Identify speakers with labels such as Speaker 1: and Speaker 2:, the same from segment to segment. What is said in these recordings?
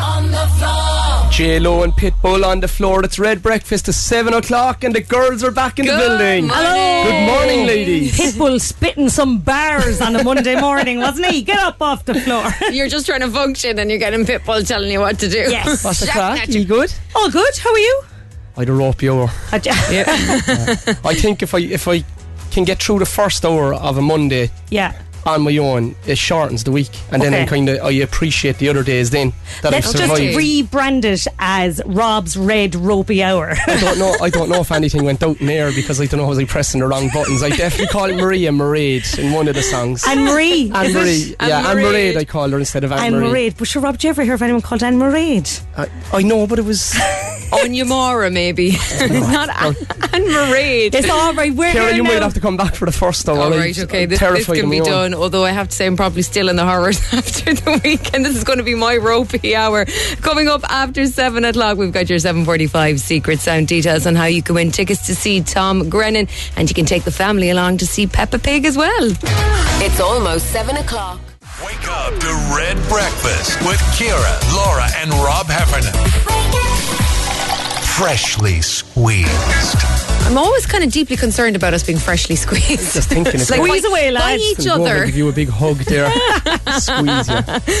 Speaker 1: on the floor.
Speaker 2: J Lo and Pitbull on the floor. It's Red Breakfast to seven o'clock, and the girls are back in the building.
Speaker 3: Hello.
Speaker 2: Good morning, ladies.
Speaker 4: Pitbull spitting some bars on a Monday morning, wasn't he? Get up off the floor.
Speaker 3: You're just trying to function and you're getting Pitbull telling you what to do.
Speaker 4: Yes.
Speaker 2: What's the
Speaker 3: Shouting
Speaker 2: crack?
Speaker 3: at you.
Speaker 2: You good?
Speaker 4: All good. How are you?
Speaker 2: I'd rope you over.
Speaker 4: I j- Yeah.
Speaker 2: I think if I if I can get through the first hour of a Monday on my own, it shortens the week, and then
Speaker 4: Okay.
Speaker 2: I'm kind of I appreciate the other days then that
Speaker 4: Let's
Speaker 2: I've
Speaker 4: just
Speaker 2: survived.
Speaker 4: rebrand it as Rob's Red Ropey Hour.
Speaker 2: I don't know. I don't know if anything went out in there because I don't know was I pressing the wrong buttons. I definitely called Maria Maraid in one of the songs.
Speaker 4: Anne Marie.
Speaker 2: Anne
Speaker 4: is
Speaker 2: Marie,
Speaker 4: it?
Speaker 2: yeah, Anne
Speaker 3: Anne
Speaker 2: Maraid.
Speaker 3: Maraid.
Speaker 2: I called her instead of Anne
Speaker 4: Anne
Speaker 2: Marie.
Speaker 4: Marie. But sure, Rob, did you ever hear of anyone called Anne Marie?
Speaker 2: I, I know, but it was
Speaker 3: Anya Mora, maybe. Not
Speaker 2: Oh.
Speaker 3: Anne- Anne Marie.
Speaker 4: It's all right. We're
Speaker 2: Karen.
Speaker 4: here
Speaker 2: You
Speaker 4: now.
Speaker 2: might have to come back for the first hour.
Speaker 3: All
Speaker 2: I'm-
Speaker 3: right, okay.
Speaker 2: I'm
Speaker 3: This, this
Speaker 2: terrified
Speaker 3: can
Speaker 2: on
Speaker 3: be
Speaker 2: my own.
Speaker 3: done. Although I have to say, I'm probably still in the horrors after the weekend. This is going to be my ropey hour. Coming up after seven o'clock, we've got your 7:45 secret sound details on how you can win tickets to see Tom Grennan, and you can take the family along to see Peppa Pig as well.
Speaker 1: It's almost seven o'clock.
Speaker 5: Wake up to Red Breakfast with Kira, Laura, and Rob Heffernan. Freshly squeezed.
Speaker 3: I'm always kind of deeply concerned about us being freshly squeezed.
Speaker 2: Just thinking, it's
Speaker 3: Like
Speaker 2: like
Speaker 4: Squeeze
Speaker 3: by-
Speaker 4: away,
Speaker 3: by
Speaker 4: lads.
Speaker 3: each
Speaker 2: Go over and
Speaker 3: other.
Speaker 2: Give you a big hug there. Squeeze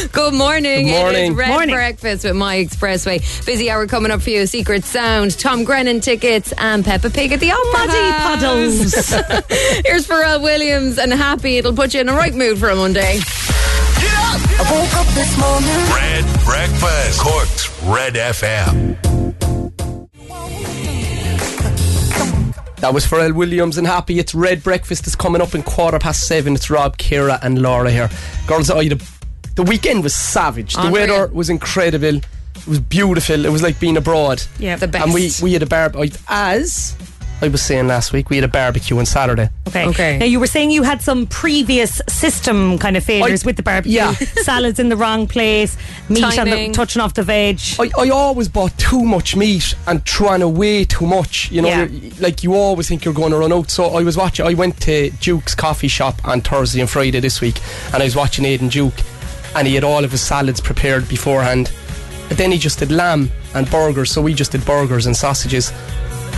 Speaker 2: you.
Speaker 3: Good morning.
Speaker 2: Good
Speaker 3: It
Speaker 2: morning.
Speaker 3: is Red
Speaker 4: Morning.
Speaker 3: Breakfast with My Expressway. Busy hour coming up for you. Secret Sound, Tom Grennan tickets, and Peppa Pig at the Opera
Speaker 4: Muddy
Speaker 3: House.
Speaker 4: puddles.
Speaker 3: Here's Pharrell Williams and Happy. It'll put you in the right mood for a Monday.
Speaker 1: I woke up this morning.
Speaker 5: Red Breakfast. Cork's Red FM.
Speaker 2: That was Pharrell Williams and Happy. It's Red Breakfast is coming up in quarter past seven. It's Rob, Kira, and Laura here. Girls, I, the, the weekend was savage. The
Speaker 3: Unreal.
Speaker 2: weather was incredible. It was beautiful. It was like being abroad.
Speaker 4: yeah.
Speaker 3: The best.
Speaker 2: And we, we had a barbecue. As I was saying last week, we had a barbecue on Saturday.
Speaker 4: Okay.
Speaker 3: Okay.
Speaker 4: Now you were saying you had some previous system kind of failures
Speaker 2: I-
Speaker 4: with the barbecue.
Speaker 2: yeah.
Speaker 4: Salads in the wrong place, meat on
Speaker 3: Timing.
Speaker 4: the touching off the veg.
Speaker 2: I, I always bought too much meat and trying away too much. You know,
Speaker 4: Yeah.
Speaker 2: You're- like you always think you're going to run out. So I was watching. I went to Duke's coffee shop on Thursday and Friday this week, and I was watching Aidan Duke, and he had all of his salads prepared beforehand. But then he just did lamb and burgers, so we just did burgers and sausages.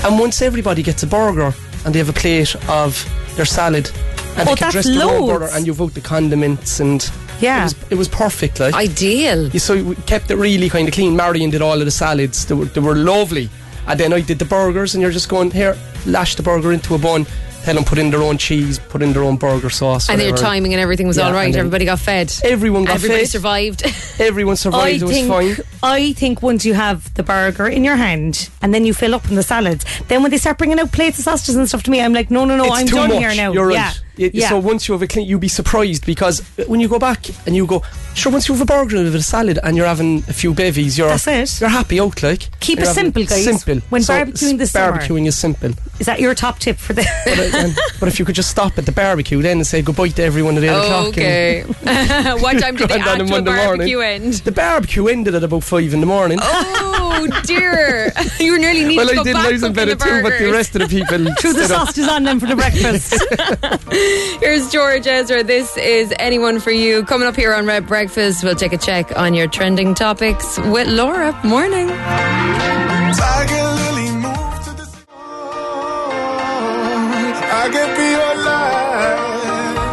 Speaker 2: And once everybody gets a burger and they have a plate of their salad, and
Speaker 4: Oh,
Speaker 2: they can
Speaker 4: that's
Speaker 2: dress their own
Speaker 4: loads.
Speaker 2: burger, and you've out the condiments, and
Speaker 4: Yeah.
Speaker 2: it was, it was perfect. Like
Speaker 3: Ideal.
Speaker 2: yeah, so we kept it really kind of clean. Marion did all of the salads; they were, they were lovely. And then I did the burgers, and you're just going here, lash the burger into a bun, tell them put in their own cheese, put in their own burger sauce,
Speaker 3: And their
Speaker 2: whatever.
Speaker 3: timing and everything was
Speaker 2: Yeah,
Speaker 3: all right.
Speaker 2: and then-
Speaker 3: Everybody got fed.
Speaker 2: Everyone got
Speaker 3: Everybody
Speaker 2: fed.
Speaker 3: survived.
Speaker 2: Everyone survived. it was fine.
Speaker 4: I think once you have the burger in your hand and then you fill up on the salads, then when they start bringing out plates of sausages and stuff to me, I'm like, no, no, no,
Speaker 2: it's
Speaker 4: Oh, I'm
Speaker 2: too
Speaker 4: done
Speaker 2: much.
Speaker 4: here now.
Speaker 2: You're
Speaker 4: yeah.
Speaker 2: right. It-
Speaker 4: yeah.
Speaker 2: So once you have a clean, you'll be surprised because when you go back and you go, sure, once you have a burger and a bit of salad and you're having a few bevies, you're
Speaker 4: That's it.
Speaker 2: you're happy out like.
Speaker 4: Keep
Speaker 2: You're
Speaker 4: it
Speaker 2: having-
Speaker 4: simple, guys.
Speaker 2: Simple.
Speaker 4: When
Speaker 2: So
Speaker 4: barbecuing this summer.
Speaker 2: barbecuing is simple.
Speaker 4: Is that your top tip for the?
Speaker 2: But, I- and- but if you could just stop at the barbecue then and say goodbye to everyone at eight o'clock. and-
Speaker 3: okay. what time did the
Speaker 2: Grand on a
Speaker 3: actual
Speaker 2: Monday morning.
Speaker 3: barbecue end?
Speaker 2: The barbecue ended at about five in the morning.
Speaker 3: Oh dear! you nearly need
Speaker 2: well,
Speaker 3: to go
Speaker 2: I did
Speaker 3: back
Speaker 2: lose a
Speaker 3: cooking
Speaker 2: bit
Speaker 3: the
Speaker 2: of too, but the
Speaker 3: burgers.
Speaker 2: rest of the people
Speaker 4: Threw the
Speaker 2: stood up.
Speaker 4: sausages on them for the breakfast.
Speaker 3: Here's George Ezra. This is anyone for you. Coming up here on Red Breakfast, we'll take a check on your trending topics with Laura. Morning.
Speaker 6: Tiger Lily moved to the sun. I can be your light.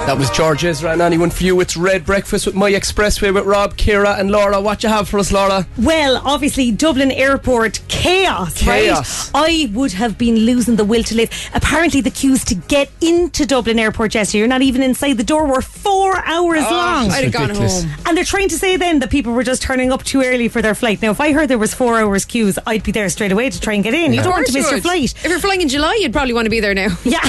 Speaker 2: That was George Ezra and anyone for you. It's Red Breakfast with My Expressway with Rob, Kira, and Laura. What you have for us, Laura?
Speaker 3: Oh,
Speaker 4: Well, obviously, Dublin Airport chaos,
Speaker 2: Chaos.
Speaker 4: right? I would have been losing the will to live. Apparently, the queues to get into Dublin Airport yesterday, you're not even inside the door, were four hours
Speaker 2: Ah,
Speaker 4: long.
Speaker 3: I'd have gone
Speaker 2: ridiculous.
Speaker 3: home.
Speaker 4: And they're trying to say then that people were just turning up too early for their flight. Now, if I heard there was four hours queues, I'd be there straight away to try and get in. You don't want to miss your
Speaker 3: George,
Speaker 4: flight.
Speaker 3: If you're flying in July, you'd probably want to be there now.
Speaker 4: Yeah.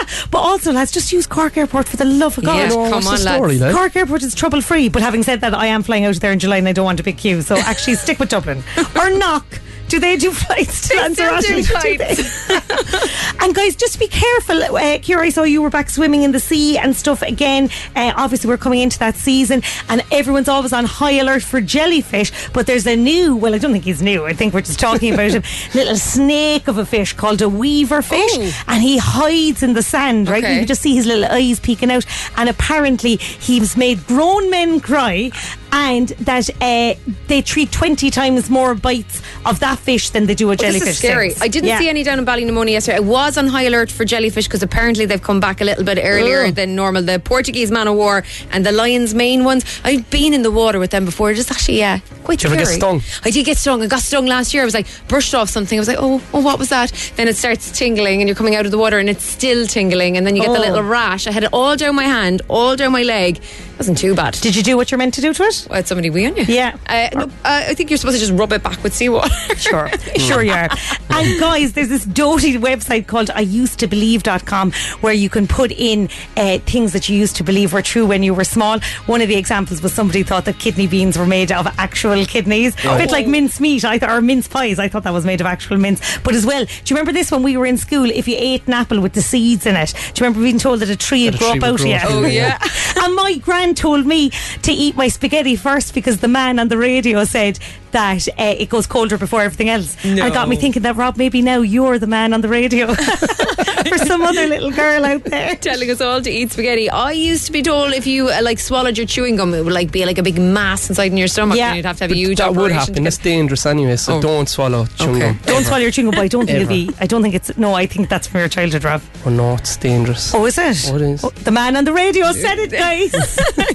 Speaker 4: but also, lads, just use Cork Airport for the love of God.
Speaker 3: Yeah, come
Speaker 2: What's
Speaker 3: on,
Speaker 2: the story,
Speaker 3: lads.
Speaker 2: like?
Speaker 4: Cork Airport is trouble free, but having said that, I am flying out of there in July and I don't want a big queue, so actually stick with Dublin. Or knock. Do they do flights to
Speaker 3: They still
Speaker 4: Lanzarote?
Speaker 3: do
Speaker 4: Do
Speaker 3: flights.
Speaker 4: they? and guys, just be careful. Uh, Kira, I saw you were back swimming in the sea and stuff again. Uh, obviously, we're coming into that season and everyone's always on high alert for jellyfish, but there's a new, well, I don't think he's new. I think we're just talking about him. Little snake of a fish called a weaver fish
Speaker 3: Ooh.
Speaker 4: and he hides in the sand, right?
Speaker 3: Oh. Okay.
Speaker 4: You can just see his little eyes peeking out. And apparently, he's made grown men cry and that uh, they treat 20 times more bites of that fish than they do a jellyfish.
Speaker 3: Oh, This is scary.
Speaker 4: sales.
Speaker 3: I didn't
Speaker 4: Yeah.
Speaker 3: see any down in Ballinamona yesterday. I was on high alert for jellyfish because apparently they've come back a little bit earlier
Speaker 4: Ugh.
Speaker 3: than normal. The Portuguese man o' war and the lion's mane ones. I've been in the water with them before. It's actually yeah, quite
Speaker 2: Did you ever
Speaker 3: scary.
Speaker 2: get stung?
Speaker 3: I did get stung. I got stung last year. I was like brushed off something. I was like, oh, oh, what was that? Then it starts tingling and you're coming out of the water and it's still tingling and then you get the
Speaker 4: Oh.
Speaker 3: little rash. I had it all down my hand, all down my leg. It wasn't too bad.
Speaker 4: Did you do what you're meant to do to it?
Speaker 3: Well, it's somebody we on you?
Speaker 4: Yeah.
Speaker 3: Uh, no, uh, I think you're supposed to just rub it back with seawater.
Speaker 4: Sure, sure you are. And guys, there's this doty website called I used to believe.com where you can put in uh, things that you used to believe were true when you were small. One of the examples was somebody thought that kidney beans were made of actual kidneys.
Speaker 2: Oh.
Speaker 4: A bit like mince meat I th- or mince pies. I thought that was made of actual mince. But as well, do you remember this when we were in school? If you ate an apple with the seeds in it, do you remember being told that a tree would
Speaker 2: That a
Speaker 4: grow
Speaker 2: tree
Speaker 4: up
Speaker 2: would
Speaker 4: out of
Speaker 2: grow
Speaker 4: you?
Speaker 2: up
Speaker 3: Oh,
Speaker 2: out of you, yeah.
Speaker 4: and my gran told me to eat my spaghetti first because the man on the radio said that uh, it goes colder before everything else. And it got me thinking that Rob, maybe now you're the man on the radio for some other little girl out there.
Speaker 3: telling us all to eat spaghetti. I used to be told if you uh, like swallowed your chewing gum, it would like be like a big mass inside in your stomach,
Speaker 4: Yeah.
Speaker 3: and you'd have to have
Speaker 2: But
Speaker 3: a huge
Speaker 2: that
Speaker 3: operation.
Speaker 2: would
Speaker 3: to
Speaker 2: happen.
Speaker 3: get-
Speaker 2: That's dangerous anyway, so
Speaker 3: Oh.
Speaker 2: don't swallow chewing
Speaker 3: Okay.
Speaker 2: gum.
Speaker 4: Don't swallow your chewing gum, but I don't think it'll
Speaker 2: Ever.
Speaker 4: be. I don't think it's. No, I think that's from your childhood, Rob.
Speaker 2: Oh no, it's dangerous.
Speaker 4: Oh, is it?
Speaker 2: Oh, it is.
Speaker 4: the man on the radio said it, guys.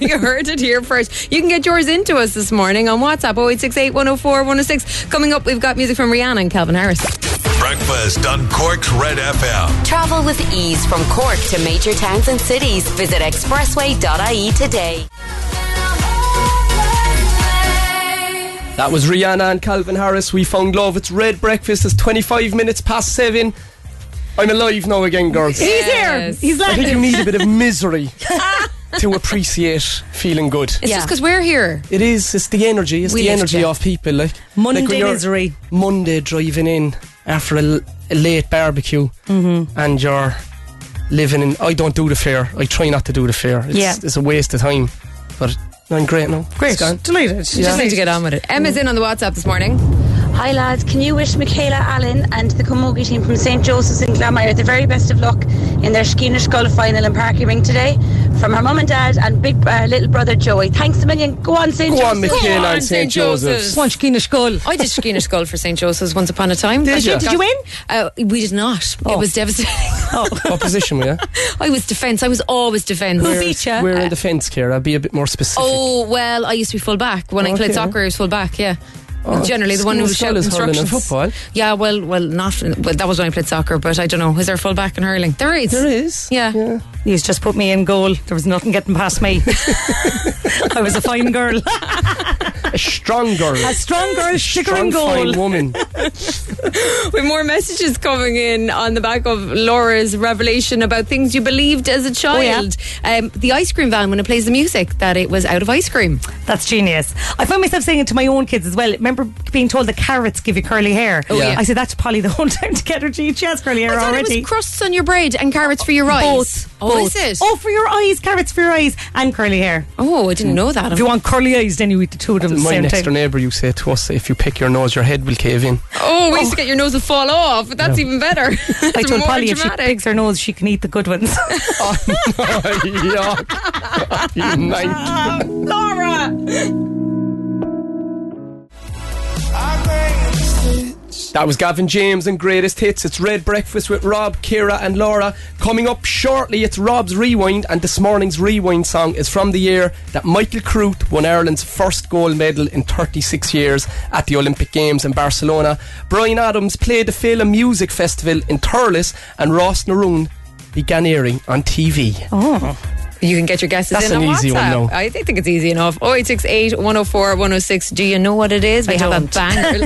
Speaker 3: you heard it here first. You can get yours into us this morning on WhatsApp 0868 104 106. Coming up, we've got music from Rihanna and Calvin Harris.
Speaker 5: Breakfast on Cork's Red FM.
Speaker 1: Travel with ease from Cork to major towns and cities. Visit expressway.ie E today.
Speaker 2: That was Rihanna and Calvin Harris. We found love. It's Red Breakfast. It's 25 minutes past seven. I'm alive now again, girls. I
Speaker 4: He's here.
Speaker 3: Yes.
Speaker 4: He's
Speaker 2: think you
Speaker 4: laughing.
Speaker 2: need a bit of misery to appreciate feeling good.
Speaker 3: It's
Speaker 4: Yeah.
Speaker 3: just because we're here.
Speaker 2: It is. It's the energy. It's
Speaker 3: We
Speaker 2: the
Speaker 3: lift
Speaker 2: energy
Speaker 3: you.
Speaker 2: of people. Like
Speaker 4: Monday
Speaker 2: like when you're
Speaker 4: misery.
Speaker 2: Monday driving in after a, l- a late barbecue,
Speaker 4: Mm-hmm.
Speaker 2: and you're living in. I don't do the fair. I try not to do the fair. It's,
Speaker 4: Yeah.
Speaker 2: it's a waste of time. But I'm great now.
Speaker 4: Great.
Speaker 2: It's gone.
Speaker 4: Delighted.
Speaker 3: We Just need to get on with it. Emma's in on the WhatsApp this morning.
Speaker 7: Hi lads, can you wish Michaela Allen and the Camogie team from St Joseph's in Glamire the very best of luck in their Skeena Skull final in Parkyring today from her mum and dad and big uh, little brother Joey. Thanks a million. Go on St
Speaker 2: Go on,
Speaker 7: Joseph's.
Speaker 2: Michaela
Speaker 3: on,
Speaker 2: and
Speaker 3: St.
Speaker 2: St. Joseph's.
Speaker 3: Joseph's.
Speaker 4: Punch Kina Skull.
Speaker 3: I did Skeena Skull for St. Joseph's once upon a time.
Speaker 2: Did
Speaker 3: I
Speaker 2: you?
Speaker 3: should-
Speaker 2: Did
Speaker 4: you win?
Speaker 3: Uh, we did not. It was devastating.
Speaker 2: What position were you?
Speaker 3: I was defence. I was always defence.
Speaker 4: Who beat you?
Speaker 2: We're in the fence, Kira. Be a bit more specific.
Speaker 3: Oh well, I used to be full back when I played
Speaker 2: Okay.
Speaker 3: soccer. I was full back, yeah. Generally, the one who was
Speaker 2: School
Speaker 3: shouting
Speaker 2: is hurling and
Speaker 3: instructions.
Speaker 2: football.
Speaker 3: Yeah, well, well, not. Well, that was when I played soccer, but I don't know. Is there full back in hurling? There is.
Speaker 2: There is.
Speaker 3: Yeah.
Speaker 4: He's just put me in goal. There was nothing getting past me. I was a fine girl.
Speaker 2: A strong girl.
Speaker 4: A strong girl, sugar
Speaker 2: strong,
Speaker 4: in goal.
Speaker 2: fine woman.
Speaker 3: With more messages coming in on the back of Laura's revelation about things you believed as a child. um, the ice cream van when it plays the music that it was out of ice cream.
Speaker 4: That's genius. I find myself saying it to my own kids as well. Remember being told that carrots give you curly hair?
Speaker 3: Oh, yeah.
Speaker 4: I said that to Polly the whole time to get her she has curly hair
Speaker 3: I thought
Speaker 4: already.
Speaker 3: it was crusts on your bread and carrots for your eyes.
Speaker 4: Both.
Speaker 3: Oh,
Speaker 4: both.
Speaker 3: is it?
Speaker 4: Oh, for your eyes, carrots for your eyes, and curly hair.
Speaker 3: Oh, I didn't know that.
Speaker 4: If you want curly eyes, then you eat the two of them at the
Speaker 2: My
Speaker 4: same
Speaker 2: next door
Speaker 4: time.
Speaker 2: neighbour, you say to us, if you pick your nose, your head will cave in.
Speaker 3: oh, we used to get your nose to fall off, but that's even better.
Speaker 4: I
Speaker 3: It's
Speaker 4: told
Speaker 3: more
Speaker 4: Polly if she
Speaker 3: dramatic.
Speaker 4: picks her nose, she can eat the good ones.
Speaker 2: Oh, no, yuck. You might. That was Gavin James and Greatest Hits. It's Red Breakfast with Rob, Kira, and Laura. Coming up shortly, it's Rob's Rewind, and this morning's Rewind song is from the year that Michael Crute won Ireland's first gold medal in 36 years at the Olympic Games in Barcelona. Brian Adams played the Fela Music Festival in Turles, and Ross Naroon began airing on TV.
Speaker 3: You can get your guesses
Speaker 2: That's
Speaker 3: in
Speaker 2: an
Speaker 3: on
Speaker 2: easy
Speaker 3: WhatsApp.
Speaker 2: one, though.
Speaker 3: I think it's easy enough. Oh, 0868 104 106. Do you know what it is? We have a
Speaker 4: don't.
Speaker 3: banger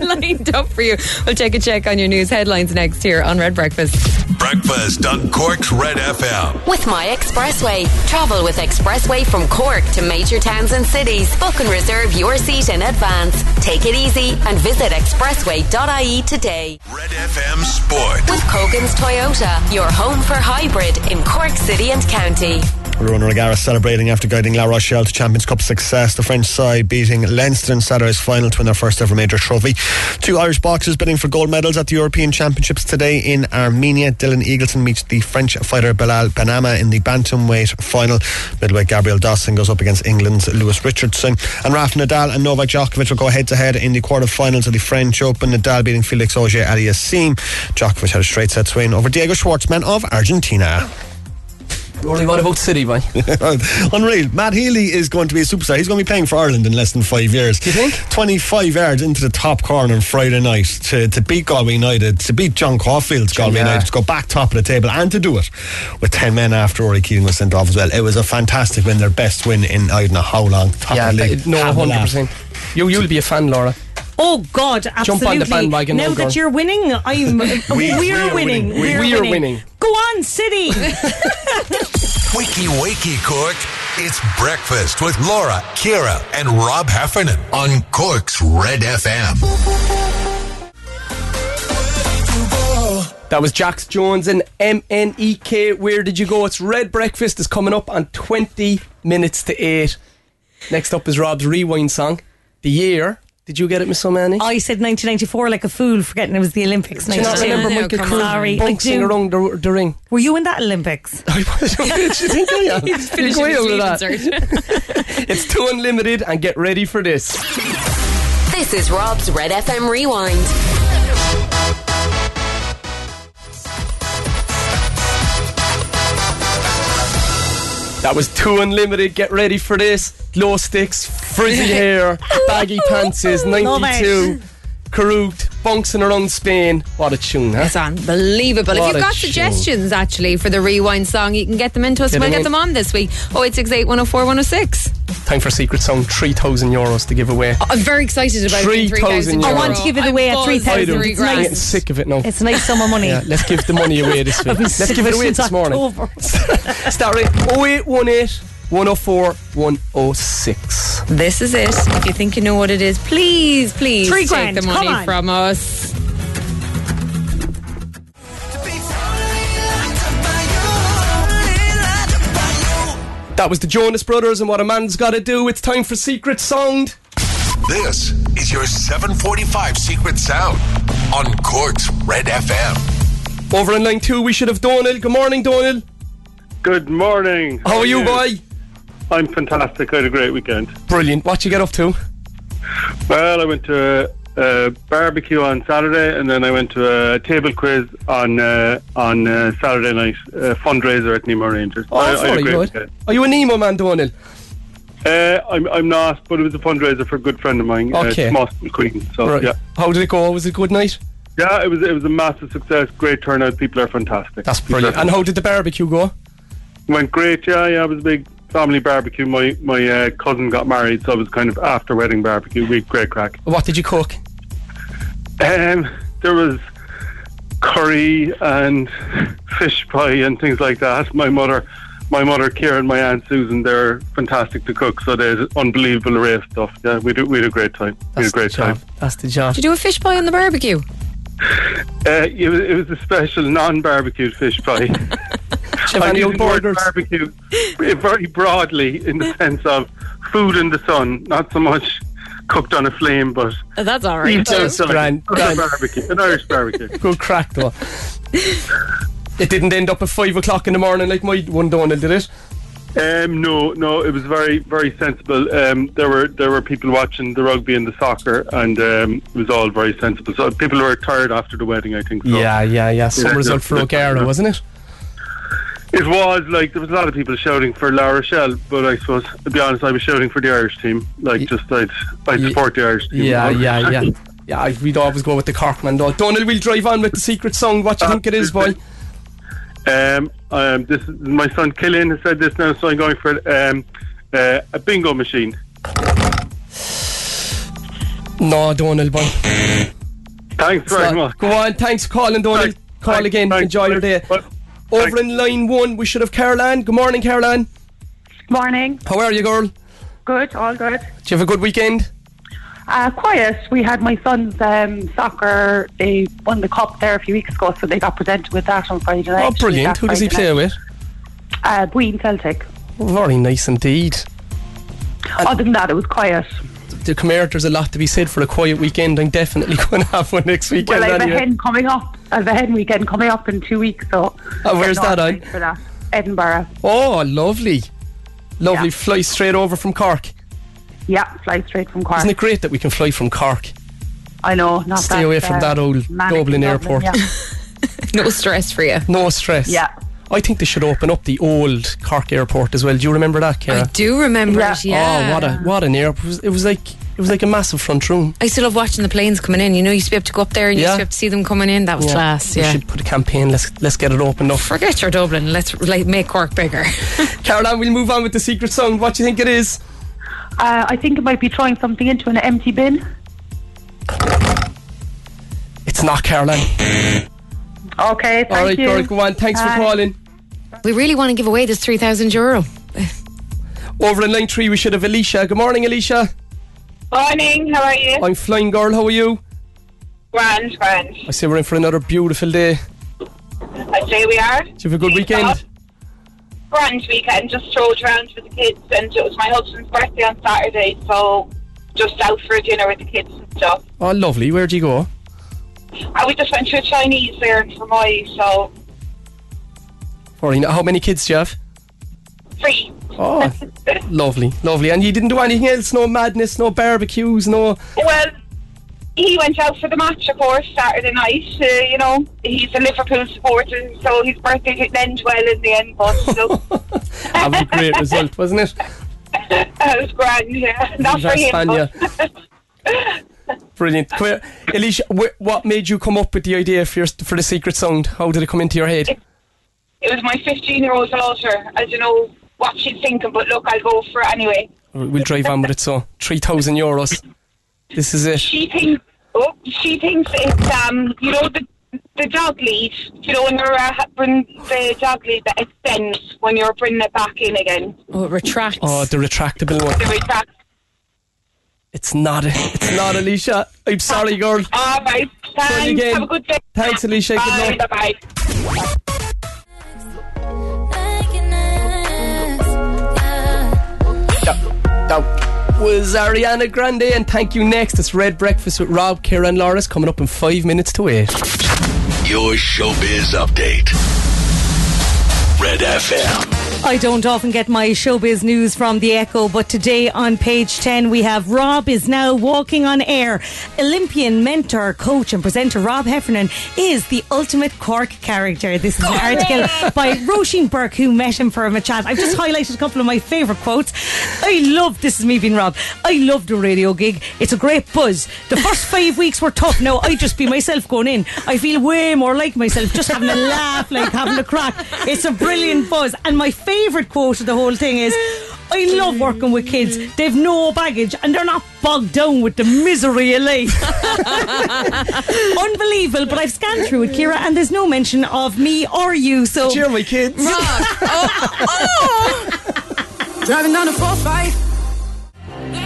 Speaker 3: lined up for you. We'll take a check on your news headlines next here on Red Breakfast.
Speaker 5: Breakfast on Cork's Red FM.
Speaker 1: With My Expressway. Travel with Expressway from Cork to major towns and cities. Book and reserve your seat in advance. Take it easy and visit expressway.ie E today.
Speaker 5: Red FM Sport.
Speaker 1: With Kogan's Toyota, your home for hybrid in Cork City and County.
Speaker 8: Rona Regara celebrating after guiding La Rochelle to Champions Cup success. The French side beating Leinster in Saturday's final to win their first ever major trophy. Two Irish boxers bidding for gold medals at the European Championships today in Armenia. Dylan Eagleton meets the French fighter Bilal Benama in the bantamweight final. Midweight Gabriel Dawson goes up against England's Lewis Richardson. And Rafa Nadal and Novak Djokovic will go head to head in the quarterfinals of the French Open. Nadal beating Felix Auger Aliassime. Djokovic had a straight sets win over Diego Schwartzman of Argentina.
Speaker 2: Rory, what about City, boy?
Speaker 8: Unreal. Matt Healy is going to be a superstar. He's going to be playing for Ireland in less than five years.
Speaker 2: you think?
Speaker 8: 25 yards into the top corner on Friday night to, to beat Galway United, to beat John Caulfield's Galway
Speaker 2: Yeah.
Speaker 8: United, to go back top of the table and to do it with 10 men after Rory Keating was sent off as well. It was a fantastic win, their best win in I don't know how long. Top
Speaker 2: yeah,
Speaker 8: of the
Speaker 2: th-
Speaker 8: league.
Speaker 2: no,
Speaker 8: Have a laugh.
Speaker 2: 100%. You, you'll be a fan, Laura.
Speaker 4: Oh God, absolutely.
Speaker 2: Jump on the bandwagon
Speaker 4: Now
Speaker 2: now,
Speaker 4: that
Speaker 2: girl.
Speaker 4: you're winning, I'm.
Speaker 8: we
Speaker 4: we,
Speaker 8: are
Speaker 4: are winning.
Speaker 8: winning.
Speaker 2: We- we are winning.
Speaker 4: Go on, City.
Speaker 5: Wakey, wakey, Cork. It's breakfast with Laura, Kira, and Rob Heffernan on Cork's Red FM.
Speaker 2: That was Jax Jones and MNEK. Where did you go? It's Red Breakfast is coming up on 20 minutes to 8. Next up is Rob's rewind song. The year. Did you get it, Miss O'Mahony?
Speaker 4: I said 1994 like a fool, forgetting it was the Olympics.
Speaker 2: Do you not
Speaker 4: 1994.
Speaker 2: remember
Speaker 3: Yeah, no,
Speaker 2: Michael
Speaker 3: come
Speaker 2: Cruz
Speaker 3: on.
Speaker 4: Sorry, I
Speaker 2: bouncing
Speaker 4: do.
Speaker 2: around the, the ring?
Speaker 4: Were you in that Olympics?
Speaker 2: I was- what did you think I am?
Speaker 3: Finishing
Speaker 2: Going
Speaker 3: his
Speaker 2: over
Speaker 3: leave
Speaker 2: that.
Speaker 3: insert.
Speaker 2: It's too unlimited and get ready for this.
Speaker 1: This is Rob's Red FM Rewind.
Speaker 2: That was too unlimited. Get ready for this. Glow sticks, frizzy hair, baggy pants, is
Speaker 4: Love
Speaker 2: 92. Corrupt, bouncing around Spain. What a tune, huh?
Speaker 3: It's unbelievable.
Speaker 2: What
Speaker 3: if
Speaker 2: a
Speaker 3: you've got
Speaker 2: show.
Speaker 3: suggestions actually for the rewind song, you can get them into us.
Speaker 2: Get
Speaker 3: we'll
Speaker 2: them
Speaker 3: get
Speaker 2: in.
Speaker 3: them on this week. Oh, eight six eight one zero four one zero six.
Speaker 2: Time for Secret Song, 3,000 euros to give away.
Speaker 3: I'm very excited about
Speaker 2: Three
Speaker 3: three
Speaker 2: thousand
Speaker 3: thousand.
Speaker 2: I
Speaker 4: want to give it away at three
Speaker 2: I
Speaker 4: thousand.
Speaker 2: do.
Speaker 4: Three
Speaker 2: I'm
Speaker 4: grand.
Speaker 2: getting sick of it now.
Speaker 4: It's a nice sum of money.
Speaker 2: Yeah, let's give the money away this week. Let's give it away this morning.
Speaker 4: October.
Speaker 2: Start oh rate 0818 104 106.
Speaker 3: This is it. If you think you know what it is, please, please
Speaker 4: Three
Speaker 3: take
Speaker 4: grand,
Speaker 3: the
Speaker 4: come
Speaker 3: money
Speaker 4: on.
Speaker 3: from us.
Speaker 2: That was the Jonas Brothers and What a Man's Gotta Do. It's time for Secret Song.
Speaker 5: This is your 745 Secret Sound on Cork's Red FM.
Speaker 2: Over in line two, we should have Donal. Good morning, Donal.
Speaker 9: Good morning.
Speaker 2: How are you, boy?
Speaker 9: I'm fantastic. I had a great weekend.
Speaker 2: Brilliant. What you get up to?
Speaker 9: Well, I went to a, a barbecue on Saturday, and then I went to a table quiz on uh, on uh, Saturday night uh, fundraiser at Nemo Rangers.
Speaker 2: Oh,
Speaker 9: I,
Speaker 2: that's
Speaker 9: I had
Speaker 2: very
Speaker 9: a great
Speaker 2: good.
Speaker 9: weekend.
Speaker 2: Are you a Nemo man, Donal?
Speaker 9: Uh, I'm I'm not, but it was a fundraiser for a good friend of mine,
Speaker 2: Okay.
Speaker 9: uh, Moss Queen. So
Speaker 2: Right.
Speaker 9: yeah,
Speaker 2: How did it go? Was it a good night?
Speaker 9: yeah, it was it was a massive success. Great turnout. People are fantastic.
Speaker 2: That's brilliant. And
Speaker 9: And
Speaker 2: how did the barbecue go?
Speaker 9: went great. Yeah, yeah, it was a big family barbecue. My my uh, cousin got married, so it was kind of after wedding barbecue. We had great crack.
Speaker 2: What did you cook?
Speaker 9: Um, there was curry and fish pie and things like that. My mother, my mother Kira and my aunt Susan, they're fantastic to cook, so they had unbelievable array of stuff. Yeah, we do, we had a great time. we had a
Speaker 2: the
Speaker 9: great time.
Speaker 2: job. That's the job.
Speaker 3: Did you do a fish pie on the barbecue?
Speaker 9: Uh, it, was, it was a special non-barbecued fish pie.
Speaker 2: Have
Speaker 9: I'm
Speaker 2: any
Speaker 9: using the word
Speaker 2: burgers?
Speaker 9: barbecue eh, very broadly in the sense of food in the sun, not so much cooked on a flame, but
Speaker 3: Oh, that's all
Speaker 9: eaten
Speaker 3: right.
Speaker 9: outside.
Speaker 2: Grand-
Speaker 9: That's
Speaker 2: grand.
Speaker 9: a barbecue, an Irish barbecue.
Speaker 2: Good crack, though. it didn't end up at five o'clock in the morning like my one Donal did it.
Speaker 9: Um, no, no, it was very, very sensible. Um, there were there were people watching the rugby and the soccer, and um, it was all very sensible. So people were tired after the wedding, I think. So.
Speaker 2: Yeah, yeah, yeah. Some
Speaker 9: Yeah,
Speaker 2: result
Speaker 9: yeah,
Speaker 2: for
Speaker 9: yeah.
Speaker 2: O'Gara, wasn't it?
Speaker 9: it was like there was a lot of people shouting for La Rochelle, but I suppose to be honest, I was shouting for the Irish team. Like just I'd I'd
Speaker 2: Ye-
Speaker 9: support the Irish team.
Speaker 2: Yeah, yeah, yeah. Yeah, I- we'd always go with the Corkman, though. Donal, we'll drive on with the secret song. What do you think it is, boy?
Speaker 9: Um, um, this is, my son Killian has said this now, so I'm going for um, uh, a bingo machine.
Speaker 2: No, Donal, boy.
Speaker 9: Thanks very much.
Speaker 2: Go on, thanks for calling, Donal.
Speaker 9: Thanks,
Speaker 2: Call
Speaker 9: thanks,
Speaker 2: again.
Speaker 9: thanks,
Speaker 2: Enjoy your day.
Speaker 9: thanks, bye.
Speaker 2: Over
Speaker 9: Thanks.
Speaker 2: in line one, we should have Caroline. Good morning, Caroline.
Speaker 10: Morning.
Speaker 2: How are you, girl? Did
Speaker 10: Good, all good.
Speaker 2: you have a good weekend?
Speaker 10: Uh, quiet. We had my son's um, soccer. They won the cup there a few weeks ago, so they got presented with that on Friday night.
Speaker 2: Oh, brilliant. Who does he play with?
Speaker 10: Uh, Bween Celtic.
Speaker 2: Very nice indeed.
Speaker 10: Other than that, it was quiet.
Speaker 2: The come here, there's a lot to be said for a quiet weekend. I'm definitely going to have one next weekend.
Speaker 10: well, I have
Speaker 2: anyway.
Speaker 10: a hen coming up. I have a hen weekend coming up in two weeks. So
Speaker 2: Oh, where's
Speaker 10: getting
Speaker 2: that on?
Speaker 10: organised For that, Edinburgh.
Speaker 2: Oh, lovely. Lovely. Fly straight over from Cork.
Speaker 10: Yeah, fly straight from Cork.
Speaker 2: Isn't it great that we can fly from Cork?
Speaker 10: I know. Not
Speaker 2: Stay
Speaker 10: that,
Speaker 2: away from
Speaker 10: uh,
Speaker 2: that old
Speaker 10: manic
Speaker 2: Dublin airport.
Speaker 10: yeah.
Speaker 3: No stress for you.
Speaker 2: No stress.
Speaker 10: Yeah.
Speaker 2: I think they should open up the old Cork airport as well. Do you remember that, Cara?
Speaker 3: I do remember
Speaker 10: Yeah.
Speaker 3: it, yeah.
Speaker 2: Oh, what a what an airport! It was, it was like it was like a massive front room.
Speaker 3: I used to love watching the planes coming in. You know, you used to be able to go up there and you used
Speaker 2: Yeah.
Speaker 3: to be able to see them coming in. That was class,
Speaker 2: We
Speaker 3: yeah.
Speaker 2: should put a campaign. Let's let's get it opened up.
Speaker 3: Forget your Dublin. Let's like make Cork bigger.
Speaker 2: Caroline, we'll move on with the secret song. What do you think it is?
Speaker 10: Uh, I think it might be throwing something into an empty bin.
Speaker 2: It's not Caroline.
Speaker 10: Okay, thank
Speaker 2: all right,
Speaker 10: you.
Speaker 2: all right, go on. Thanks
Speaker 10: Bye.
Speaker 2: for calling.
Speaker 3: we really want to give away this three thousand euro.
Speaker 2: Over in line three, we should have Alicia. Good morning, Alicia.
Speaker 11: Morning, how are you?
Speaker 2: I'm flying girl. How are you?
Speaker 11: Grand, grand.
Speaker 2: I say we're in for another beautiful day.
Speaker 11: I say we are. Did
Speaker 2: you have a good weekend?
Speaker 11: Grand weekend, just strolled around with the kids, and it was my husband's birthday on Saturday, so just out for a dinner with the kids and stuff.
Speaker 2: Oh, lovely. Where'd you go?
Speaker 11: And we just went to a Chinese there in Fermoy, so
Speaker 2: Or you know, how many kids do you have?
Speaker 11: free.
Speaker 2: Oh, lovely, lovely. And you didn't do anything else? No madness, no barbecues, no.
Speaker 11: Well, he went out for the match, of course, Saturday night. Uh, you know, he's a Liverpool supporter, so his birthday didn't end well in the end, but you know,
Speaker 2: That was a great result, wasn't it?
Speaker 11: it was grand, yeah. Not for
Speaker 2: Viva
Speaker 11: him, but
Speaker 2: Brilliant. Come here. Alicia, wh- what made you come up with the idea for, your, for the secret sound? How did it come into your head?
Speaker 11: it was my 15 year old daughter. I don't know what she's thinking, but look, I'll go for it anyway.
Speaker 2: We'll drive on with it. So, 3,000 euros. This is it.
Speaker 11: She thinks, oh, she thinks it's, um, you know, the, the dog lead, you know, when you're uh, bring the dog lead that extends when you're bringing it back in again.
Speaker 3: Oh, it retracts.
Speaker 2: Oh, the retractable one.
Speaker 11: The retract.
Speaker 2: It's not. It's not, Alicia. I'm sorry, girl.
Speaker 11: All right, thanks.
Speaker 2: again.
Speaker 11: Have a good day.
Speaker 2: Thanks, Alicia. Good
Speaker 11: Bye.
Speaker 2: luck.
Speaker 11: Bye-bye.
Speaker 2: That was Ariana Grande, and thank you. Next, it's Red Breakfast with Rob, Kira, and Laura's coming up in five minutes to eight.
Speaker 5: Your showbiz update. Red FM.
Speaker 4: I don't often get my showbiz news from The Echo, but today on page 10 we have Rob is now walking on air. Olympian mentor, coach, and presenter Rob Heffernan is the ultimate Cork character. This is an article by Roisin Burke, who met him for a chat. I've just highlighted a couple of my favourite quotes. I love this is me being Rob. I love the radio gig. It's a great buzz. The first five weeks were tough. Now I just be myself going in. I feel way more like myself, just having a laugh, like having a crack. It's a brilliant buzz. And my favourite quote of the whole thing is I love working with kids. They've no baggage and they're not bogged down with the misery of life. Unbelievable, but I've scanned through it, Kira, and there's no mention of me or you. So
Speaker 2: Cheer, my kids.
Speaker 12: Driving down the 4 5.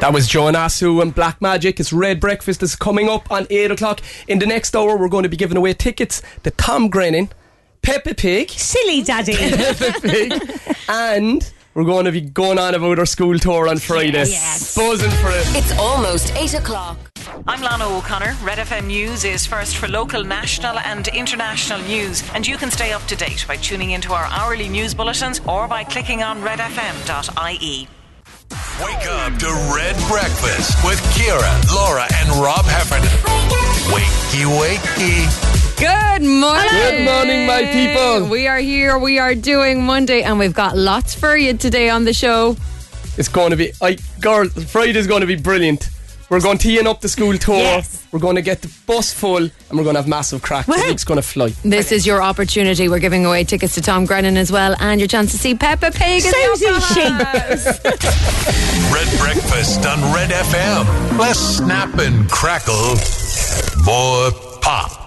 Speaker 2: That was Joan Asu and Black Magic. It's Red Breakfast is coming up on 8 o'clock. In the next hour, we're going to be giving away tickets to Tom Grennan, Peppa Pig,
Speaker 4: silly daddy.
Speaker 2: Peppa Pig, and we're going to be going on about our school tour on Friday. Buzzing for it.
Speaker 1: It's almost 8 o'clock.
Speaker 12: I'm Lana O'Connor. Red FM News is first for local, national, and international news. And you can stay up to date by tuning into our hourly news bulletins or by clicking on redfm.ie.
Speaker 5: Wake up to Red Breakfast with Kira, Laura, and Rob Heffernan. Wakey, wakey.
Speaker 3: Good morning.
Speaker 2: Good morning, my people.
Speaker 3: We are here. We are doing Monday, and we've got lots for you today on the show.
Speaker 2: It's going to be, I, girl, Friday's going to be brilliant. We're going to teeing up the school tour.
Speaker 4: Yes.
Speaker 2: We're going to get the bus full and we're going to have massive crack. The
Speaker 4: Woohoo.
Speaker 2: week's going to fly.
Speaker 3: This is your opportunity. We're giving away tickets to Tom Grennan as well, and your chance to see Peppa Pig. in the
Speaker 4: Susie
Speaker 3: opera
Speaker 4: Sheep.
Speaker 3: house.
Speaker 5: Red Breakfast on Red FM. Less snap and crackle, more pop.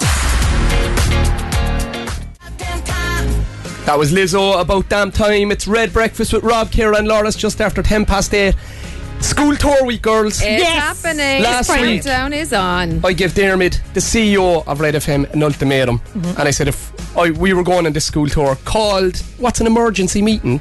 Speaker 2: That was Lizzo about damn time. It's Red Breakfast with Rob, Kira, and Laura's just after 10 past 8. School tour week, girls.
Speaker 3: It's
Speaker 4: Yes.
Speaker 3: happening.
Speaker 2: Last week.
Speaker 3: countdown is on.
Speaker 2: E I gave Dermot, the CEO of Red FM, an ultimatum. And I said, if I, we were going on this school tour called what's an emergency meeting?